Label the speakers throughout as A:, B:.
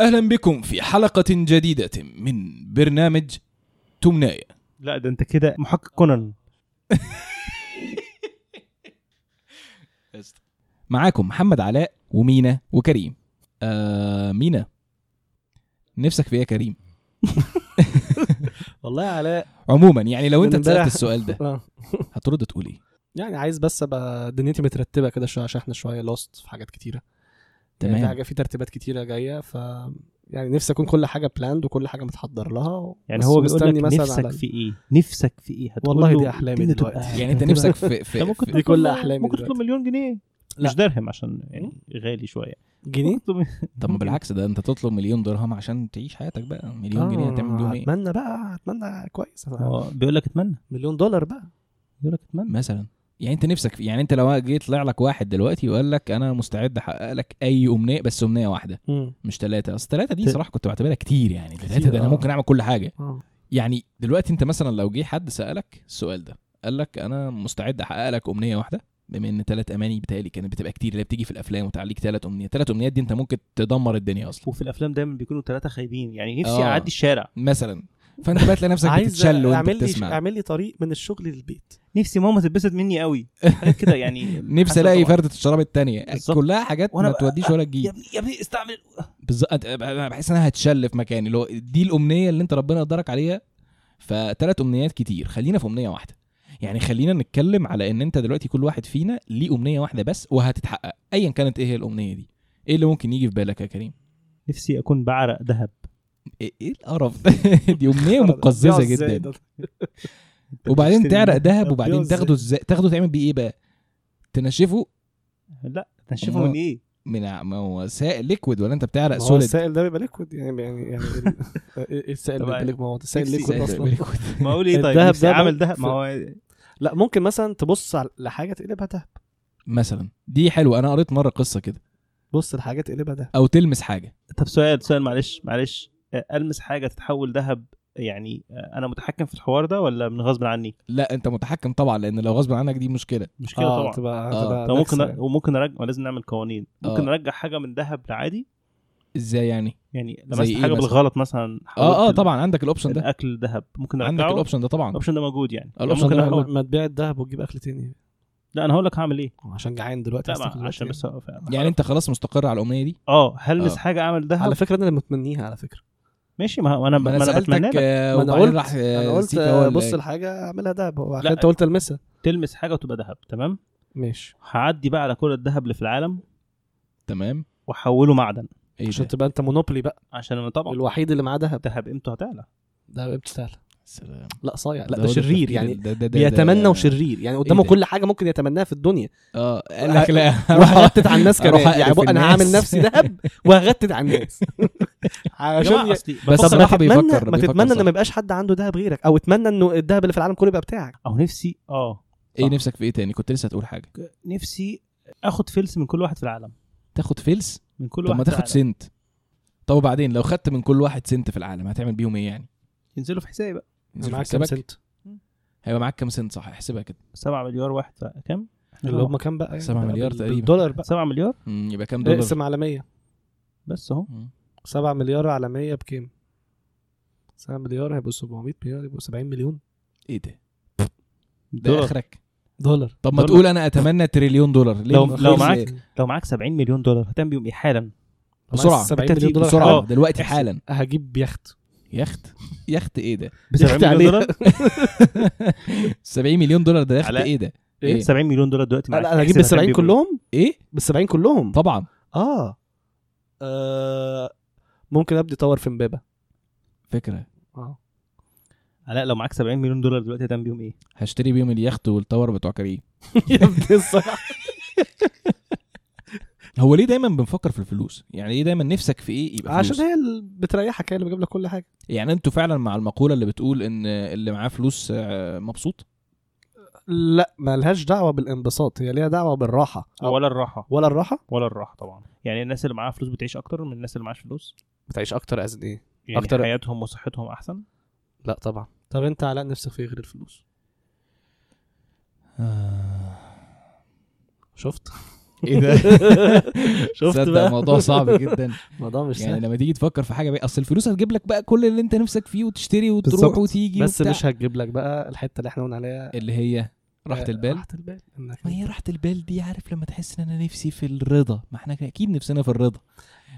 A: اهلا بكم في حلقه جديده من برنامج تمناية
B: لا ده انت كده محقق كونان
A: معاكم محمد علاء ومينا وكريم آه مينا نفسك في ايه يا كريم
C: والله يا علاء
A: عموما يعني لو انت
C: من
A: اتسالت
C: امبارح.
A: السؤال ده
C: آه.
A: هترد تقول ايه
C: يعني عايز بس ابقى دنيتي مترتبه كده شويه عشان احنا شويه لوست في حاجات كتيره يعني في
A: تمام
C: حاجه في ترتيبات كتيره جايه ف يعني نفسي اكون كل حاجه بلاند وكل حاجه متحضر لها
B: يعني
C: بس
B: هو بيقول
C: مستني
B: لك
C: مثلا
B: نفسك
C: على-
B: في ايه نفسك في ايه هتقول
C: والله
B: له
C: دي أحلامي
B: الدنيا
C: دلوقتي.
B: تبقى-
A: يعني انت نفسك في في,
B: ده ممكن
A: في
C: إيه؟ دي
B: تطلب-
C: كل أحلامي
B: ممكن تطلب
C: دلوقتي.
B: مليون جنيه
C: لا.
B: مش درهم عشان يعني غالي شويه
C: جنيه
B: تطلب-
A: طب ما بالعكس ده انت تطلب مليون درهم عشان تعيش حياتك بقى مليون
C: آه،
A: جنيه هتعمل بيهم ايه
C: اتمنى بقى اتمنى كويس
B: هو بيقول لك اتمنى
C: مليون دولار بقى
B: بيقول لك اتمنى
A: مثلا يعني انت نفسك في يعني انت لو جه يطلع لك واحد دلوقتي وقال لك انا مستعد احقق لك اي امنيه بس امنيه واحده
C: مم.
A: مش ثلاثه اصل ثلاثه دي
B: ت-
A: صراحه كنت بعتبرها كتير يعني ثلاثه
C: كتير،
A: ده انا
C: آه.
A: ممكن اعمل كل حاجه
C: آه.
A: يعني دلوقتي انت مثلا لو جه حد سالك السؤال ده قال لك انا مستعد احقق لك امنيه واحده بما ان ثلاث اماني بتالي كانت بتبقى كتير اللي بتيجي في الافلام وتعليك ثلاث امنيات ثلاث امنيات دي انت ممكن تدمر الدنيا اصلا
B: وفي الافلام دايما بيكونوا ثلاثه خايبين يعني نفسي
A: آه.
B: اعدي الشارع
A: مثلا فانت بقى تلاقي نفسك
C: عايز
A: بتتشل وانت
C: اعمل لي
A: بتسمع
C: اعمل لي طريق من الشغل للبيت
B: نفسي ماما تتبسط مني قوي حاجات كده يعني
A: نفسي
B: حسب
A: الاقي
B: طبعاً.
A: فرده الشراب الثانيه
B: بالظبط.
A: كلها حاجات
B: وأنا
A: ما
B: بقى- يعني
A: توديش ولا
B: يا
A: تجيب
B: ابني يا ابني استعمل
A: بالظبط انا بحس ان انا هتشل في مكاني اللي هو دي الامنيه اللي انت ربنا قدرك عليها فثلاث امنيات كتير خلينا في امنيه واحده يعني خلينا نتكلم على ان انت دلوقتي كل واحد فينا ليه امنيه واحده بس وهتتحقق ايا كانت ايه هي الامنيه دي ايه اللي ممكن يجي في بالك يا كريم
B: نفسي اكون بعرق ذهب
A: ايه إيه القرف ده؟ دي امنيه مقززه
C: بيقعد إزاي
A: جدا
C: ده؟
A: وبعدين
B: بتشتري
A: تعرق
B: مني.
A: ذهب
B: طب
A: وبعدين
B: بيقعد
A: تاخده ازاي تاخده تعمل بيه ايه بقى تنشفه
B: لا هنشوفه
A: أمال-
B: من ايه
A: من ع- ما هو سائل ليكويد ولا انت بتعرق
C: ما هو
A: سوليد
C: السائل ده بيبقى ليكويد يعني يعني يعني ال- ايه السائل
B: طب
C: اللي بيبقى liquid؟ ما هو السائل
B: نفسي
C: ليكويد
B: سائل
C: اصلا
B: ما اقول ايه طيب
C: الذهب
B: نفسي
C: ده
B: اعمل
C: برضه
B: ذهب ما هو
C: لا ممكن مثلا تبص على لحاجه تقلبها دهب
A: مثلا دي حلوه انا قريت مره قصه كده
C: بص لحاجه تقلبها دهب
A: او تلمس حاجه
B: طب سؤال سؤال معلش معلش آه، المس حاجه تتحول ذهب يعني آه، انا متحكم في الحوار ده ولا من غصب عني
A: لا انت متحكم طبعا لان لو غصب عنك دي مشكله
B: مشكله
C: آه،
B: طبعا
C: تبقى
A: آه،
C: تبقى
B: طب
C: نكسة
B: ممكن
C: يعني.
B: وممكن ارجع لازم نعمل قوانين ممكن
A: آه.
B: نرجع حاجه من ذهب لعادي
A: ازاي يعني
B: يعني
A: زي
B: لمست
A: إيه
B: حاجه
A: مثلا؟
B: بالغلط مثلا حولت
A: اه اه
B: ال-
A: طبعا عندك الاوبشن ده
B: الاكل ذهب ممكن
A: عندك
B: ارجعه
A: الاوبشن ده طبعا
B: الاوبشن ده موجود يعني يعني
A: الأوبشن
B: ممكن
A: ده
C: لا،
B: احول
C: ما- ما تبيع الذهب وتجيب اكل تاني
B: لا انا هقول لك هعمل ايه
C: عشان جعان دلوقتي
B: لا
C: عايز تاكل
B: ما- عشان
C: دلوقتي
B: بس أقف.
A: يعني انت خلاص مستقر على الامنيه دي
B: اه هلمس
A: آه.
B: حاجه اعمل ذهب
C: على فكره انا اللي متمنيها على فكره
B: ماشي ما انا ما
A: ما انا
B: انا بتمنى
A: سالتك
B: لك
A: آه،
C: ما أنا
A: وبعدين
C: قلت-
A: راح آه،
C: انا قلت
A: سيكا هو اللي-
C: بص لحاجه اعملها دهب هو عشان
B: لا.
C: انت قلت المسها
B: تلمس حاجه وتبقى ذهب تمام
C: ماشي
B: هعدي بقى على كل الذهب اللي في العالم
A: تمام
B: واحوله معدن
A: ايه
C: عشان
A: ده؟
C: تبقى انت مونوبولي بقى
B: عشان أنا طبعا
C: الوحيد اللي معاه دهب
B: الذهب قيمته هتعلى
C: ده بتستاهل
A: سلام.
C: لا صايع لا
A: هو
C: ده شرير
A: التفكير
C: يعني
A: ده- ده- ده-
C: بيتمنى
A: ده-
C: وشرير يعني قدامه
A: ده؟
C: كل حاجه ممكن يتمناها في الدنيا
A: اه قال لك لا
C: وهغتت على الناس
A: أروح
C: كمان يعني
A: أقرف
C: بقى انا
A: الناس.
C: هعمل نفسي دهب وهغتت على الناس
B: يا
C: عشان
B: جماعه
C: ي-
B: اصلي
A: بس
B: بفكر-
A: بصراحه
C: تتمنى-
A: بيفكر
C: ما
A: بيفكر
C: تتمنى ان
A: صح.
C: ما يبقاش حد عنده دهب غيرك او اتمنى انه الدهب اللي في العالم كله يبقى بتاعك
B: او نفسي اه
A: ايه
B: صح.
A: نفسك في ايه تاني كنت لسه هتقول حاجه
B: نفسي اخد فلس من كل واحد في العالم
A: تاخد فلس
B: من كل
A: طب
B: واحد
A: ما
B: في
A: تاخد
B: العالم.
A: سنت طب وبعدين لو خدت من كل واحد سنت في العالم هتعمل بيهم ايه يعني
B: ينزلوا في حسابي بقى
A: ينزل في
C: معاك كام
A: حسابك؟
C: سنت
A: هيبقى معاك كام سنت صح احسبها كده
B: 7 مليار واحد ف- كام؟
C: اللي هم كام بقى يعني؟
A: 7 مليار
C: بال-
A: تقريبا.
C: بالدولار بقى
B: 7 مليار
A: مم، يبقى
B: إيه،
A: كام دولار
C: اقسم على 100
B: بس اهو
A: مم.
C: 7 مليار على 100 بكام 7 مليار هيبقوا 700 مليار يبقوا 70 مليون
A: ايه ده ده
B: دولار
A: اخرك
C: دولار
A: طب ما
B: دولار.
A: تقول انا اتمنى تريليون دولار ليه
B: لو-
A: ما
B: لو
A: خلص
B: معاك-
A: إيه؟
B: لو معاك 70 مليون دولار هتعمل بيهم ايه حالا؟
A: بسرعة.
C: 70 مليون دولار
A: بسرعه
C: آه. بسرعه
B: حالا.
A: دلوقتي
B: احسب.
A: حالا
C: هجيب يخت
A: يخت يخت ايه ده
B: ب 70 مليون
C: عليه.
B: دولار
A: 70 مليون دولار ده يخت
B: علاء.
A: ايه ده
B: إيه؟ 70 مليون دولار دلوقتي معاك
C: لا انا هجيب
B: احسب
C: بال
B: هتعمل
C: 70
B: بيهم إيه.
C: كلهم
A: ايه
C: بال 70 كلهم
A: طبعا
C: اه آه، ممكن ابدي طور في مبابا
A: فكره
C: اه
B: علاء لو معاك 70 مليون دولار دلوقتي هتعمل بيهم ايه؟
A: هشتري بيهم اليخت والتاور بتوع كريم
C: يا ابني الصراحه
A: هو ليه دايما بنفكر في الفلوس يعني ليه دايما نفسك في ايه يبقى
C: عشان
A: فلوس
C: هي اللي بتريحك هي اللي بتجيب لك كل حاجه
A: يعني انتوا فعلا مع المقوله اللي بتقول ان اللي معاه فلوس آه، مبسوط
C: لا ملهاش دعوه بالانبساط هي ليها دعوه بالراحه
B: ولا الراحه
C: ولا الراحه
B: ولا الراحه طبعا يعني الناس اللي معاها فلوس بتعيش اكتر من الناس اللي معاش فلوس
C: بتعيش اكتر ازن ايه
B: يعني
C: أكتر.
B: أكتر. حياتهم وصحتهم احسن
C: لا طبعا طب انت علاء نفسك في إيه غير الفلوس شفت
A: ايه ده
B: شفت
A: صدق
B: بقى
A: الموضوع صعب جدا
C: الموضوع مش
A: يعني
C: سهل
A: لما تيجي تفكر في حاجه بقى اصل الفلوس هتجيب لك بقى كل اللي انت نفسك فيه وتشتري وتروح
C: بالظبط.
A: وتيجي
C: بس
A: وبتاع.
C: مش هتجيب لك بقى الحته اللي احنا قلنا عليها
A: اللي هي راحه
C: آه،
A: البال
C: راحه البال انك
A: ما هي راحه البال دي عارف لما تحس ان انا نفسي في الرضا ما احنا اكيد نفسنا في الرضا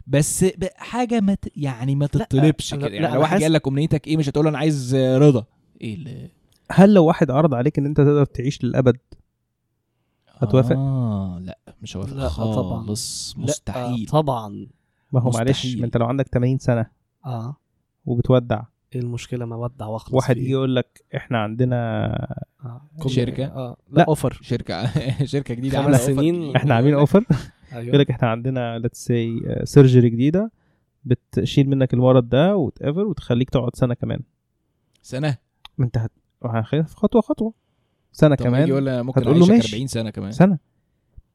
A: بس ب- حاجه ما ت... يعني ما تطلبش
C: أنا-
A: كده
C: لا،
A: يعني
C: أنا
A: لو واحد
C: حاسس-
A: قال لك امنيتك ايه مش هتقول له انا عايز آه، رضا ايه اللي
B: هل لو واحد عرض عليك ان انت تقدر تعيش للابد هتوافق؟
A: اه لا مش هوافق
C: لا، طبعا.
A: خالص
C: لا، آه،
A: مستحيل
C: طبعا
B: ما هو معلش
A: مستحيل.
B: ما انت لو عندك 80 سنه
C: اه
B: وبتودع
C: ايه المشكله ما ودع واخلص
B: واحد
C: فيه.
B: يجي يقول لك احنا عندنا
C: آه.
A: شركة؟
C: اه
B: لا.
C: لا اوفر
A: شركه شركه جديده
C: خمس
A: عامله offer
C: سنين.
A: جديد.
B: احنا عاملين
C: يقول لك-
B: اوفر يقول
C: ايوه
B: لك احنا عندنا ليتس سي سيرجري جديده بتشيل منك المرض ده وات ايفر وتخليك تقعد سنه كمان
A: سنه
B: ما انت هت- هتخليها في خطوه خطوه سنه
A: طب كمان
B: كمان
A: يقول لها ممكن
B: هتقول له
A: اعيشك
B: ماشي.
A: 40 سنه كمان
B: سنه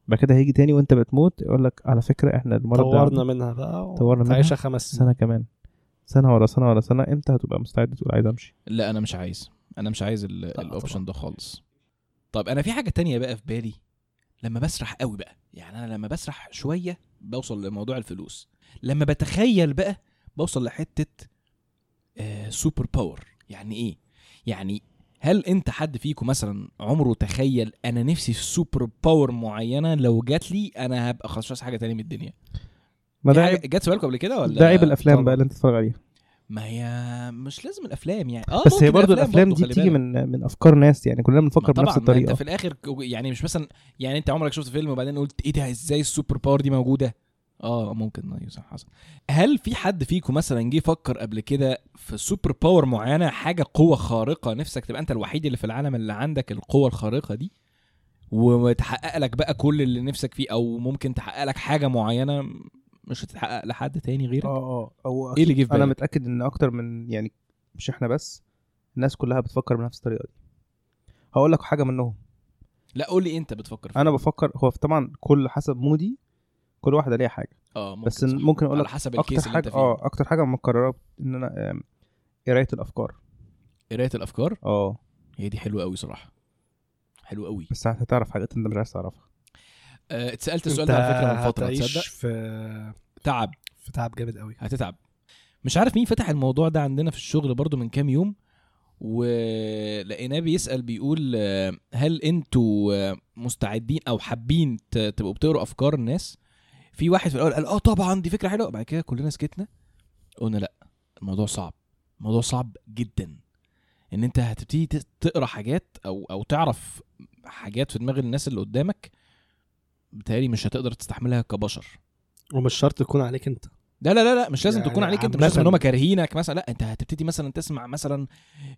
B: بعد كده هيجي تاني وانت بتموت يقول لك على فكره احنا المرض ده
C: طورنا
B: عندنا
C: منها بقى و-
B: طورنا منها.
C: تعيشها خمس سنين
B: سنه كمان سنه ورا سنه ورا سنه امتى هتبقى مستعد تقول عايز امشي
A: لا انا مش عايز انا مش عايز ال-
C: طبعاً.
A: الاوبشن ده خالص طب انا في حاجه تانية بقى في بالي لما بسرح قوي بقى يعني انا لما بسرح شويه بوصل لموضوع الفلوس لما بتخيل بقى بوصل لحته آه سوبر باور يعني ايه يعني هل انت حد فيكم مثلا عمره تخيل انا نفسي في سوبر باور معينه لو جات لي انا هبقى خلاص حاجه تانية من الدنيا
B: ما
A: في
B: ده
A: حاجة
B: عيب
A: جت في بالكم قبل كده ولا
B: ده عيب الافلام
C: طبعاً.
B: بقى اللي انت تتفرج عليها
A: ما هي مش لازم الافلام يعني اه
B: بس هي
A: ممكن
B: برضه الافلام
A: برضه
B: دي
A: خلي
B: بتيجي
A: بالك.
B: من من افكار ناس يعني كلنا
A: ما
B: بنفكر بنفس
A: طبعاً، ما
B: الطريقه
A: انت في الاخر ك- يعني مش مثلا يعني انت عمرك شفت فيلم وبعدين قلت ايه ده ازاي السوبر باور دي موجوده اه ممكن ايوه صح حصل هل في حد فيكم مثلا جه فكر قبل كده في سوبر باور معينه حاجه قوه خارقه نفسك تبقى انت الوحيد اللي في العالم اللي عندك القوه الخارقه دي وتحقق لك بقى كل اللي نفسك فيه او ممكن تحقق لك حاجه معينه مش هتتحقق لحد تاني غيرك
B: اه اه هو
A: ايه اللي جه في
B: انا
A: بالك؟
B: متاكد ان اكتر من يعني مش احنا بس الناس كلها بتفكر بنفس الطريقه دي هقول لك حاجه منهم
A: لا قول لي انت بتفكر في
B: انا بفكر هو طبعا كل حسب مودي كل واحده ليها حاجه
A: اه ممكن
B: بس
A: صح.
B: ممكن اقول
A: على
B: لك
A: حسب
B: اكتر
A: الكيس اللي انت
B: حاجه
A: فيه
B: اه اكتر حاجه مكرره ان انا آم، قرايه الافكار
A: قرايه الافكار
B: اه
A: هي دي حلوه قوي صراحه حلوه قوي
B: بس ساعات هتعرف حاجات انت مش عايز تعرفها
A: آه، اتسالت السؤال ده على فكره من فتره تصدق
C: هتعيش في
A: تعب
C: في تعب جامد قوي
A: هتتعب مش عارف مين فتح الموضوع ده عندنا في الشغل برضو من كام يوم ولقيناه بيسال بيقول آه، هل انتوا آه، مستعدين او حابين ت- تبقوا بتقروا افكار الناس في واحد في الاول قال اه طبعا دي فكره حلوه بعد كده كلنا سكتنا قلنا لا الموضوع صعب الموضوع صعب جدا ان انت هتبتدي ت- تقرا حاجات او او تعرف حاجات في دماغ الناس اللي قدامك بالتالي مش هتقدر تستحملها كبشر
C: ومش شرط تكون عليك انت
A: لا لا لا لا مش لازم
C: يعني
A: تكون عليك انت مش
C: عامة.
A: لازم ان هم كارهينك مثلا لا انت هتبتدي مثلا تسمع آه، مثلا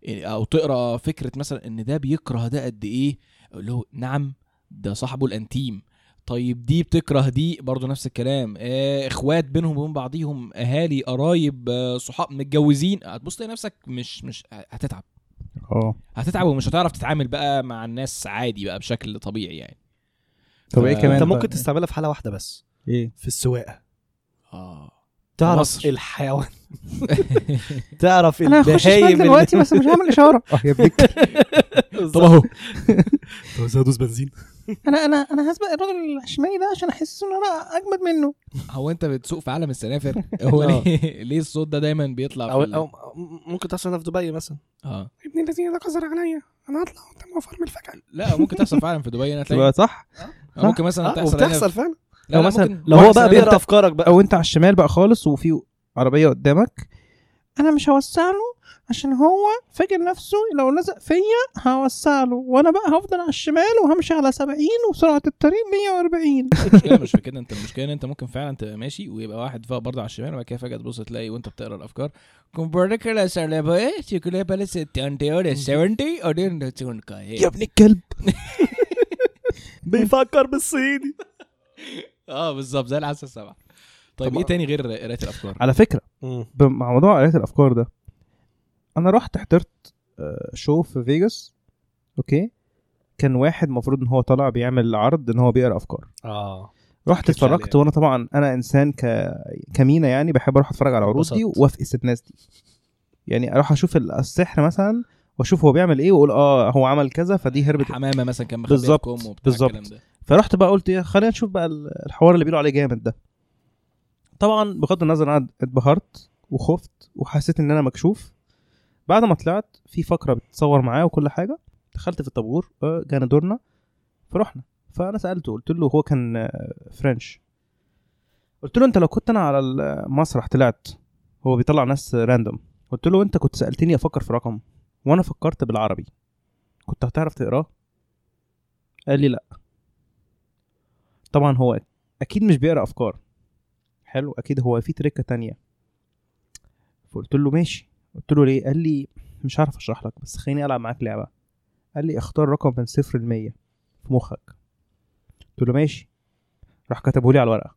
A: او تقرا فكره مثلا ان ده بيكره ده قد ايه اقول له نعم ده صاحبه الانتيم طيب دي بتكره دي برضه نفس الكلام آه اخوات بينهم وبين بعضيهم اهالي قرايب آه صحاب متجوزين هتبص تلاقي نفسك مش مش هتتعب
B: اه
A: هتتعب ومش هتعرف تتعامل بقى مع الناس عادي بقى بشكل طبيعي يعني
B: طب ايه
A: ف-
B: كمان
C: انت
B: بقى؟
C: ممكن تستعملها في حاله واحده بس
B: ايه
C: في السواقه آه.
A: اه
C: تعرف
A: مصر.
C: الحيوان تعرف
B: انا هخش
C: البهايم اللي-
B: دلوقتي بس مش هعمل اشاره اه يا ابنك
A: طب اهو
C: طب ازاي ادوس بنزين
B: انا انا انا هسبق الراجل الشمالي ده عشان احس ان انا اجمد منه
A: هو انت بتسوق في عالم السنافر
C: آه.
A: هو ليه, ليه الصوت ده دايما بيطلع
C: او
A: في ال-
C: او ممكن تحصل انها في دبي مثلا
A: اه
B: ابن الذين ده كسر عليا انا هطلع قدام وفرم الفجأة
A: لا ممكن تحصل فعلا في دبي هنا تلاقي
B: تبقى ايوه صح
A: أو ممكن مثلا
C: آه،
A: تحصل هنا
C: وبتحصل
A: في-
C: فعلا
A: لا
B: أو
A: لا،
B: مثلا
A: ممكن-
C: لو هو بقى
B: يعني مثلاً
C: بيقرا افكارك بقى
B: او انت على الشمال بقى خالص وفي عربيه قدامك انا مش هوسع له عشان هو فاكر نفسه لو لزق فيا هوسع له وانا بقى هفضل على الشمال وهمشي على 70 وسرعه الطريق 140
A: المشكله مش في كده انت المشكله ان انت ممكن فعلا تبقى ماشي ويبقى واحد فوق برضه على الشمال وبعد كده فجاه تبص تلاقي وانت بتقرا الافكار كومباركلا سالابا شيكولا بالس تانتيورا 70 اودين تون كاي
B: ابن الكلب
C: بيفكر بالصيني
A: اه بالظبط زي العسل السبعه طيب
B: طب-
A: ايه تاني غير قرايه الافكار؟
B: على فكره ب- مع موضوع قرايه الافكار ده انا رحت حضرت آه، شو في فيجاس اوكي كان واحد المفروض ان هو طالع بيعمل عرض ان هو بيقرا افكار
C: اه
B: رحت
C: أكيد
B: اتفرجت
C: فعليا.
B: وانا طبعا انا انسان ك... كمينه يعني بحب اروح اتفرج على العروض دي
C: اتبسطت.
B: وافقس الناس دي يعني اروح اشوف ال- السحر مثلا واشوف هو بيعمل ايه واقول اه هو عمل كذا فدي هربت
A: حمامه مثلا كان
B: بالظبط،
A: مخبيكم وبتاع
B: بالظبط.
A: الكلام ده
B: فرحت بقى قلت ايه خلينا نشوف بقى ال- الحوار اللي بيقولوا عليه جامد ده طبعا بغض النظر انا اتبهرت وخفت وحسيت ان انا مكشوف بعد ما طلعت في فقره بتصور معايا وكل حاجه دخلت في الطابور آه، جانا دورنا فرحنا فانا سالته قلت له هو كان آه، فرنش قلت له انت لو كنت انا على المسرح طلعت هو بيطلع ناس راندوم قلت له انت كنت سالتني افكر في رقم وانا فكرت بالعربي كنت هتعرف تقراه قال لي لا طبعا هو اكيد مش بيقرا افكار حلو اكيد هو في تريكه تانية فقلت له ماشي قلت له ليه قال لي مش عارف اشرح لك بس خليني العب معاك لعبه قال لي اختار رقم من صفر لمية في مخك قلت له ماشي راح كتبه لي على الورقه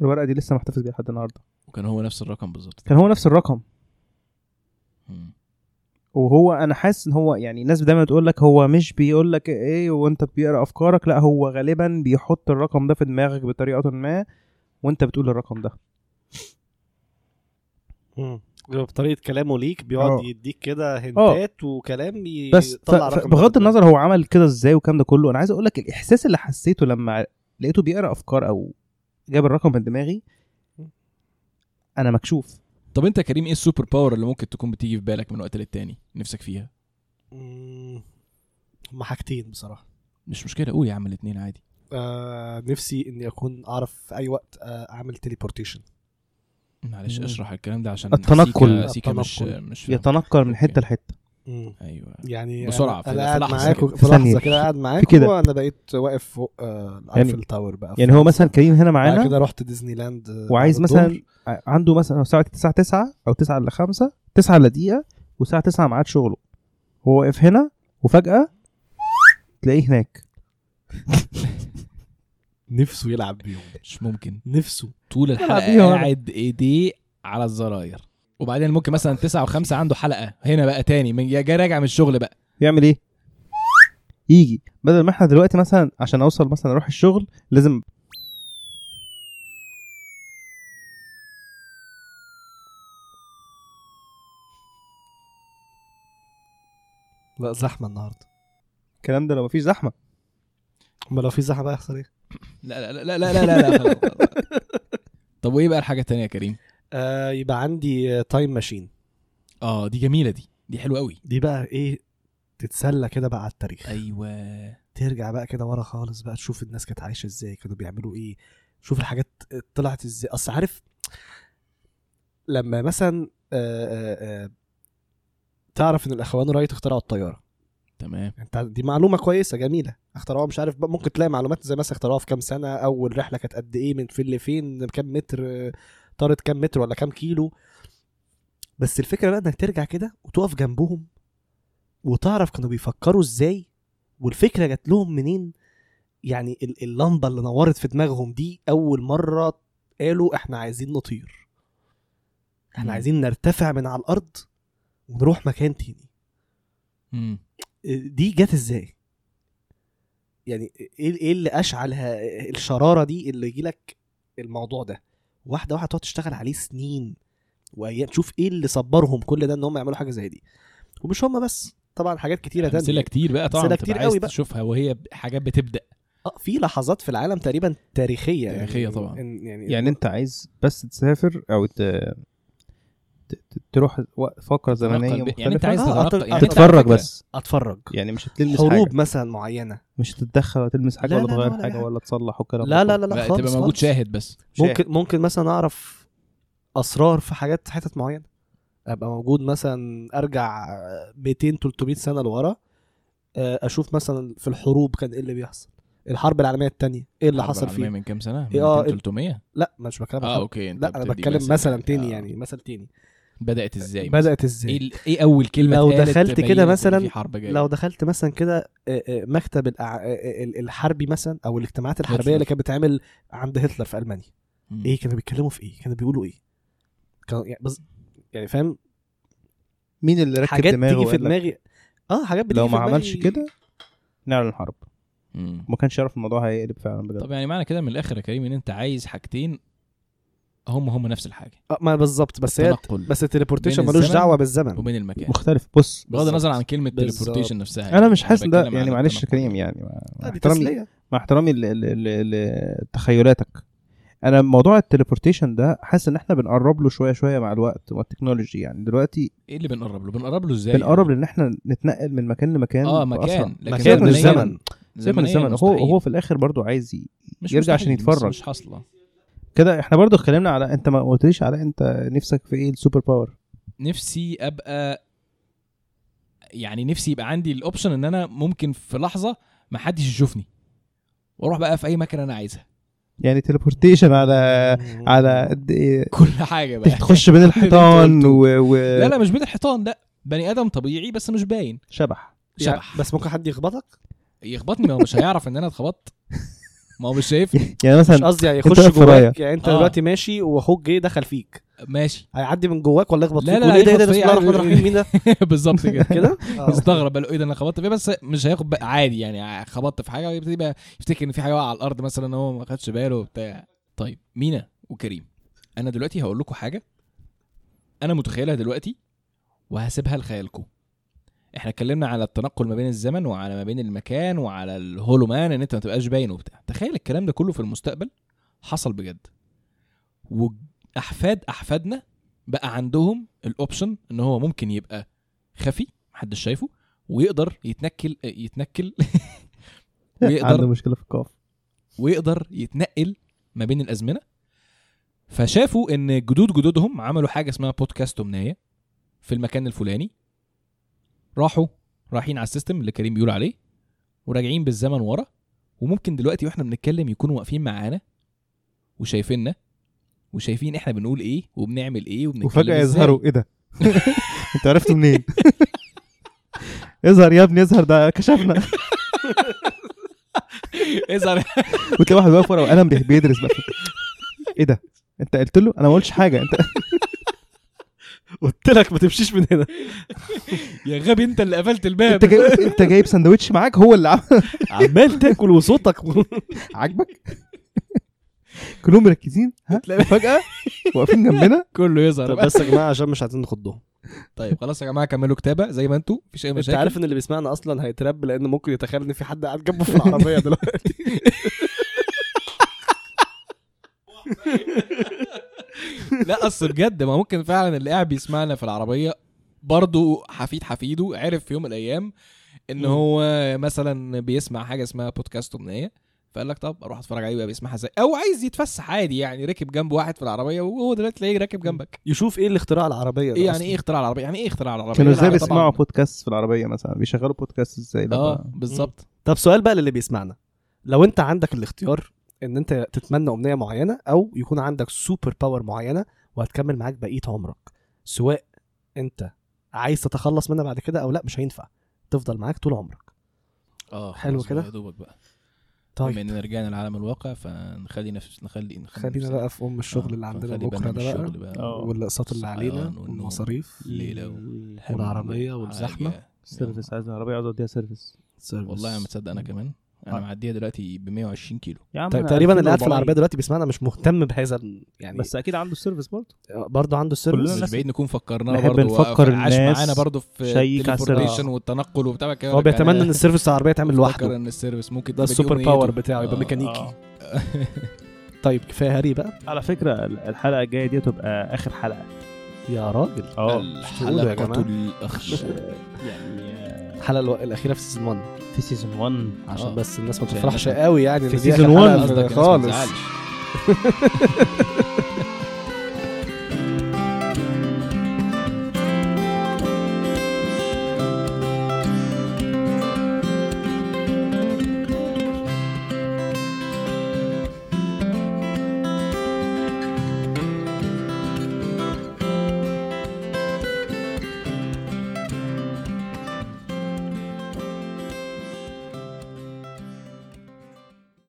B: الورقه دي لسه محتفظ بيها لحد النهارده
A: وكان هو نفس الرقم بالظبط
B: كان هو نفس الرقم
A: مم.
B: وهو انا حاسس ان هو يعني الناس دايما تقول لك هو مش بيقول لك ايه وانت بيقرا افكارك لا هو غالبا بيحط الرقم ده في دماغك بطريقه ما وانت بتقول الرقم ده
C: مم. لو بطريقه كلامه ليك
B: آه.
C: بيقعد يديك كده هنتات وكلام ي-
B: بس ف-
C: يطلع
B: ف-
C: رقم
B: بغض
C: التليفون.
B: النظر هو عمل كده ازاي والكلام ده كله انا عايز اقول لك الاحساس اللي حسيته لما لقيته بيقرا افكار او جاب الرقم من دماغي انا مكشوف
A: طب انت يا كريم ايه السوبر باور اللي ممكن تكون بتيجي في بالك من وقت للتاني نفسك فيها
C: مم. هما حاجتين بصراحه
A: مش مشكله قول يا عم الاثنين عادي
C: آه نفسي اني اكون اعرف في اي وقت آه اعمل تليبورتيشن
A: معلش
B: مم.
A: اشرح الكلام ده عشان
B: التنقل.
A: سيكا, سيكا مش مش فاهم.
B: يتنقل من حته لحته
A: ايوه
C: يعني
A: بسرعة،
C: أنا-
A: في- في
C: انا قاعد
A: لحظة
C: معاك
A: كده.
C: في
B: ثانية.
C: لحظه كده قاعد معاك
B: كده.
C: وانا بقيت واقف فوق آه،
B: يعني-
C: الايفل تاور بقى
B: يعني هو مثلا كريم هنا
C: انا
B: معانا
C: كده رحت ديزني لاند آه،
B: وعايز
C: بعد الظهر.
B: مثلا ع- عنده مثلا ساعه 9 9 او 9 الا 5 9 الا دقيقه وساعه 9 ميعاد شغله هو واقف هنا وفجاه تلاقيه هناك
C: نفسه يلعب بيهم
A: مش ممكن
C: نفسه
A: طول
B: بيها
A: الحلقه
B: ولا.
A: قاعد ايديه على الزراير وبعدين ممكن مثلا تسعة وخمسة عنده حلقة هنا بقى تاني من يا جاي راجع من الشغل بقى
B: يعمل ايه؟ يجي بدل ما احنا دلوقتي مثلا عشان اوصل مثلا اروح الشغل لازم
C: لا زحمه النهارده
B: الكلام ده لو مفيش زحمه
C: امال لو في زحمه بقى يحصل ايه؟
A: لا لا لا لا لا لا, لا, لا, لا. طب وايه بقى الحاجة التانية يا كريم؟
C: آه يبقى عندي تايم ماشين
A: اه دي جميلة دي دي حلوة قوي
C: دي بقى ايه تتسلى كده بقى على التاريخ أيوة.
A: ايوه
C: ترجع بقى كده ورا خالص بقى تشوف الناس كانت عايشه ازاي كانوا بيعملوا ايه شوف الحاجات طلعت ازاي اصل عارف لما مثلا آه، آه، آه، تعرف ان الاخوان رايت اخترعوا الطياره
A: تمام
C: انت دي معلومه كويسه جميله اخترعوها مش عارف بقى ممكن تلاقي معلومات زي مثلا اخترعوها في كام سنه اول رحله كانت قد ايه من فين لفين كام متر آه، طارت كام متر ولا كام كيلو بس الفكره بقى انك ترجع كده وتقف جنبهم وتعرف كانوا بيفكروا ازاي والفكره جات لهم منين يعني ال- اللمبه اللي نورت في دماغهم دي اول مره قالوا احنا عايزين نطير
A: مم.
C: احنا عايزين نرتفع من على الارض ونروح مكان تاني
A: مم.
C: دي جت ازاي؟ يعني ايه ايه اللي اشعل ه- الشراره دي اللي يجيلك الموضوع ده؟ واحده واحده تقعد تشتغل عليه سنين وايام تشوف ايه اللي صبرهم كل ده ان هم يعملوا حاجه زي دي. ومش هم بس طبعا حاجات كتيره
A: أمثلة
C: تانية
A: كتير بقى طبعا
C: أمثلة
A: بتبقى
C: كتير
A: عايز
C: قوي بقى.
A: تشوفها وهي حاجات بتبدأ
C: اه في لحظات في العالم تقريبا تاريخيه يعني
A: تاريخية طبعا.
C: إن- يعني,
B: يعني انت عايز بس تسافر او ت... ت... ت- تروح وق- فقره زمنيه
A: تتنقل ب-
B: مختلفه
A: يعني انت عايز
C: آه،
A: تتنقل
C: أعتقد-
A: يعني أنت على
B: تتفرج
A: فكرة
B: بس
C: اتفرج
A: إيه
B: يعني مش هتلمس
C: حروب
B: حاجه
C: مثلا معينه
B: مش هتتدخل ولا تلمس حاجه
C: لا،
B: ولا
C: لا، لا،
B: تغير
C: ولا
B: حاجه
C: حاجة.
B: ولا تصلح والكلام
C: لا
B: ده
C: لا لا لا
A: بقى
C: خالص
A: تبقى موجود
C: خالص.
A: شاهد بس
B: مش
C: ممكن ممكن مثلا اعرف اسرار في حاجات حتت معينه ابقى موجود مثلا ارجع 200 300 سنه لورا آه، اشوف مثلا في الحروب كان ايه اللي بيحصل الحرب العالميه الثانيه ايه اللي
A: الحرب
C: حصل
A: العالمية
C: فيه
A: من كام سنة؟ من
C: إيه، آه،
A: 300
C: لا مش بتكلم
A: اه
C: آه
A: اوكي أنت
C: لا انا
A: بتدي
C: بتكلم
A: مثل.
C: مثلا تاني
A: آه.
C: يعني مثل تاني
A: بدأت ازاي؟ مثلا؟
C: بدات ازاي
A: ايه ال- ايه اول كلمة
C: لو
A: اتقالت
C: دخلت كده
A: تبين إن
C: مثلاً-
A: في حرب جاية؟
C: لو دخلت مثلا كده آه، آه، مكتب الأع- آه، آه، الحربي مثلا او الاجتماعات الحربيه
A: هتلر.
C: اللي كانت بتتعمل عند هتلر في المانيا
A: مم.
C: ايه كانوا بيتكلموا في ايه كانوا بيقولوا ايه كانوا يعني بس يعني فاهم
B: مين اللي ركب
C: حاجات
B: دماغه
C: تيجي في
B: وقال لك
C: دماغي اه حاجات بتيجي
B: لو
C: في
B: ما
C: دماغي
B: عملش كده نعلن حرب
A: مم.
B: ما كانش يعرف الموضوع هيقلب فعلا بجد
A: طب يعني معنى كده من الاخر يا كريم ان انت عايز حاجتين هم هم نفس الحاجه
C: آه، ما بالظبط بس هي
A: تنقل
C: بس التليبورتيشن
A: بين
C: ملوش
A: الزمن
C: دعوه بالزمن
A: وبين المكان
B: مختلف بص
A: يعني بغض النظر عن
C: بالظبط.
A: كلمه
C: بالظبط.
A: تليبورتيشن نفسها
B: انا مش حاسس ده
A: بتكلم
B: يعني
A: على
B: معلش
A: التنقل.
B: كريم يعني مع- مع
C: آه، دي
B: احترامي
C: تسلية.
B: مع احترامي ل- ل- ل- لتخيلاتك انا موضوع التليبورتيشن ده حاسس ان احنا بنقرب له شويه شويه مع الوقت والتكنولوجي يعني دلوقتي
A: ايه اللي بنقرب له بنقرب له ازاي
B: بنقرب لان احنا نتنقل من مكان لمكان
A: اه
B: بأسرع.
A: مكان لكن
C: مكان مش
A: زمنياً-
C: زمن
B: سيبك
A: زمنياً
B: من الزمن هو
A: مستحيل.
B: هو في الاخر برضو عايز ي-
A: مش
B: يرجع
A: مستحيل،
B: عشان
A: بس
B: يتفرج.
A: مش حاصله
B: كده احنا برضو اتكلمنا على انت ما قلتليش على انت نفسك في ايه السوبر باور
A: نفسي ابقى يعني نفسي يبقى عندي الاوبشن ان انا ممكن في لحظه ما حدش يشوفني واروح بقى في اي مكان انا عايزها
B: يعني تليبورتيشن
C: آه،
B: على على قد ايه
A: كل حاجه بقى
B: تخش بين الحيطان
A: قلته. لا
B: وشبح
A: لا مش بيت الحيطان لا بني ادم طبيعي بس مش باين
C: يعني-
A: شبح
C: بس ممكن حد يخبطك
A: يخبطني ما هو مش هيعرف ان انا اتخبطت ما هو مش شايف
B: يعني
C: مش
B: مثلا
C: قصدي يعني
B: انت
C: يخش
B: واقف ورايا.
C: جواك يعني انت
A: آه.
C: دلوقتي ماشي واخوك جه دخل فيك
A: ماشي
C: هيعدي من جواك ولا يخبط
A: لا،
C: فيك
A: لا،
C: ولا ايه ده ايه ده
A: هيخبط
C: بسم
A: فيا.
C: الله الرحمن الرحيم مين ده آه.
A: بالظبط كده
C: كده
A: استغرب قال له ايه ده انا خبطت فيه بس مش هياخد بقى عادي يعني خبطت في حاجه ويبتدي بقى يفتكر ان في حاجه واقعه على الارض مثلا إن هو ما خدش باله وبتاع طيب مينا وكريم انا دلوقتي هقول لكم حاجه انا متخيلها دلوقتي وهسيبها لخيالكم احنا اتكلمنا على التنقل ما بين الزمن وعلى ما بين المكان وعلى الهولو مان ان انت ما تبقاش باين وبتاع تخيل الكلام ده كله في المستقبل حصل بجد واحفاد احفادنا بقى عندهم الاوبشن ان هو ممكن يبقى خفي محدش شايفه ويقدر يتنكل يتنكل
B: عنده
A: ويقدر
B: مشكله في القاف
A: ويقدر يتنقل ما بين الازمنه فشافوا ان جدود جدودهم عملوا حاجه اسمها بودكاست امنيه في المكان الفلاني راحوا رايحين على السيستم اللي كريم بيقول عليه وراجعين بالزمن ورا وممكن دلوقتي واحنا بنتكلم يكونوا واقفين معانا وشايفيننا وشايفين احنا بنقول ايه وبنعمل ايه وبنتكلم إزاي.
B: وفجاه يظهروا ايه ده انت عرفته منين يظهر يا ابني يظهر ده كشفنا
A: يظهر
B: وتلاقي واحد واقف ورا وقلم بي- بيدرس بقى ايه ده انت قلت له انا ما قلتش حاجه انت
C: قلت لك ما تمشيش من هنا
A: يا غبي انت اللي قفلت
B: انت
A: الباب
B: جايب انت جايب سندوتش معاك هو اللي عم-
C: عمال تاكل وصوتك
B: عاجبك كلهم مركزين ها فجاه واقفين جنبنا
A: كله يظهر بقى
C: بس يا جماعه عشان مش عايزين نخضهم
A: طيب خلاص يا جماعه كملوا كتابه زي ما انتوا مفيش اي
C: انت
A: مشاكل
C: عارف ان اللي بيسمعنا اصلا هيترب لان ممكن يتخيل ان في حد قاعد جنبه في العربيه دلوقتي
A: لا اصل بجد ما ممكن فعلا اللي قاعد بيسمعنا في العربيه برضه حفيد حفيده عرف في يوم من الايام ان
C: مم.
A: هو مثلا بيسمع حاجه اسمها بودكاست امنيه فقال لك طب اروح اتفرج عليه بقى بيسمعها ازاي او عايز يتفسح عادي يعني ركب جنب واحد في العربيه وهو دلوقتي تلاقيه راكب جنبك
C: يشوف ايه الاختراع العربيه ده
A: ايه يعني
C: أصلاً.
A: ايه اختراع العربيه يعني ايه اختراع العربيه
B: كانوا ازاي
A: طبعاً.
B: بيسمعوا بودكاست في العربيه مثلا بيشغلوا بودكاست ازاي
A: اه
B: لا
A: بالظبط
C: طب سؤال بقى للي بيسمعنا لو انت عندك الاختيار ان انت تتمنى امنيه معينه او يكون عندك سوبر باور معينه وهتكمل معاك بقيه عمرك سواء انت عايز تتخلص منها بعد كده او لا مش هينفع تفضل معاك طول عمرك
A: اه
C: حلو
A: خلاص،
C: كده؟
A: يا دوبك بقى بما
C: طيب
A: اننا رجعنا للعالم الواقع فنخلي نفس نخلي نخلي
C: خلينا
A: نفسنا-
C: بقى في ام الشغل
A: آه،
C: اللي عندنا
A: فنخلي بالنا
C: بكره
A: من
C: ده بقى
A: الشغل بقى
B: آه.
C: والاقساط اللي علينا
A: والسقيان والنوم.
C: والمصاريف
A: ليلة
C: والهم والعربيه
A: آه،
C: والزحمه
B: سيرفيس عايز العربيه عايز اوديها سيرفيس
A: يعني. والله ما تصدق انا كمان انا
B: آه.
A: معديها دلوقتي ب 120 كيلو
B: يا عم
C: ت-
B: أنا
C: تقريبا اللي قاعد في
B: 2400.
C: العربيه دلوقتي بيسمعنا مش مهتم بهذا ال- يعني آه،
B: بس اكيد عنده السيرفيس برضه
C: برضه عنده
B: كلنا
C: السيرفيس
A: مش
B: الناس-
A: بعيد نكون فكرناه
B: نحب
A: برضه
B: نفكر
A: عاش
B: الناس
A: معانا برضه في
B: شيك على السيرفيس.
A: التليبورتيشن والتنقل وبتاع كده
C: آه. هو بيتمنى ان السيرفيس العربيه تعمل لوحده
A: ان السيرفيس ممكن
C: ده
A: تبقى دي
C: السوبر
A: أمنيته.
C: باور بتاعه يبقى
A: آه.
C: ميكانيكي طيب كفايه هري بقى
B: يعني على فكره الحلقه الجايه دي تبقى اخر حلقه
C: يا راجل
A: آه.
C: تقولوا آه. يا
A: الحلقة
C: جماعة.
A: الأخشى
B: يعني آه،
C: الحلقه الو- الاخيره في سيزون 1
B: في سيزون 1
C: عشان
A: آه.
C: بس الناس ما
A: عشان
C: تفرحش
A: الناس-
C: قوي يعني
B: في
C: إن دي آخر
B: سيزون
C: حلقة
B: 1
A: قصدك الناس ما
C: خالص
A: تزعلش.